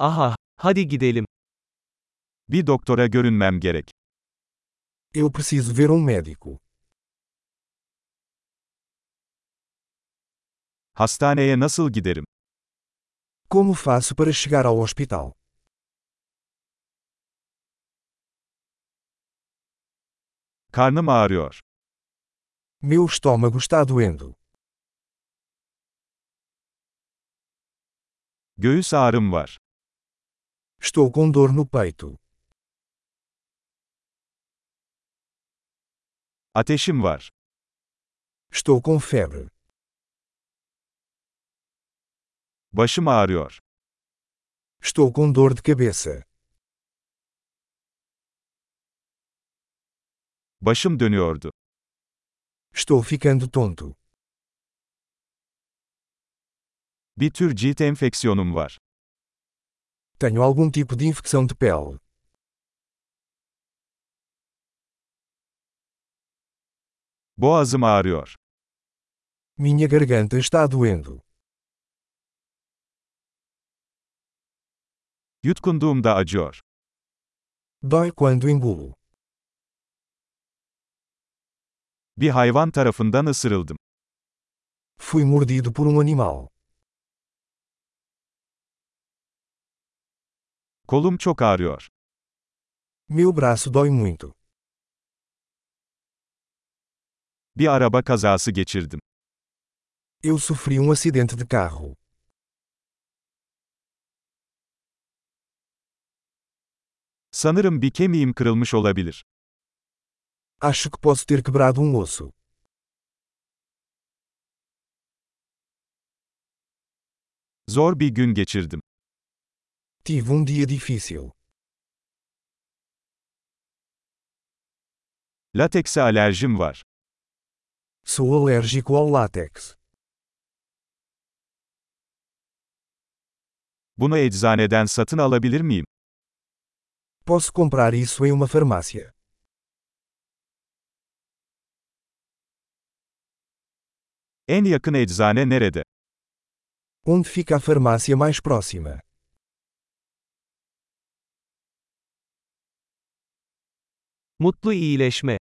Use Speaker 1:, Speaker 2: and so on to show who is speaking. Speaker 1: Aha, hadi gidelim.
Speaker 2: Bir doktora görünmem gerek.
Speaker 3: Eu preciso ver um médico.
Speaker 2: Hastaneye nasıl giderim?
Speaker 3: Como faço para chegar ao hospital?
Speaker 2: Karnım ağrıyor.
Speaker 3: Meu estômago está doendo.
Speaker 2: Göğüs ağrım var.
Speaker 3: Estou com dor no peito.
Speaker 2: Ateşim var.
Speaker 3: Estou com febre.
Speaker 2: Başım ağrıyor.
Speaker 3: Estou com dor de cabeça.
Speaker 2: Başım dönüyordu.
Speaker 3: Estou ficando tonto.
Speaker 2: Bir tür cilt enfeksiyonum var.
Speaker 3: Tenho algum tipo de infecção de pele.
Speaker 2: Boğazım ağrıyor.
Speaker 3: Minha garganta está doendo.
Speaker 2: Yutkunduğumda acıyor.
Speaker 3: Dói quando engulo.
Speaker 2: Bir hayvan tarafından ısırıldım.
Speaker 3: Fui mordido por um animal.
Speaker 2: Kolum çok ağrıyor.
Speaker 3: Meu braço dói muito.
Speaker 2: Bir araba kazası geçirdim.
Speaker 3: Eu sofri um acidente de carro.
Speaker 2: Sanırım bir kemiğim kırılmış olabilir.
Speaker 3: Acho que posso ter quebrado um osso.
Speaker 2: Zor bir gün geçirdim.
Speaker 3: Tive um dia difícil.
Speaker 2: Latekse alerjim var.
Speaker 3: Sou alérgico ao látex.
Speaker 2: Bunu eczaneden satın alabilir miyim?
Speaker 3: Posso comprar isso em uma farmácia.
Speaker 2: En yakın eczane nerede?
Speaker 3: Onde fica a farmácia mais próxima?
Speaker 1: Mutlu iyileşme.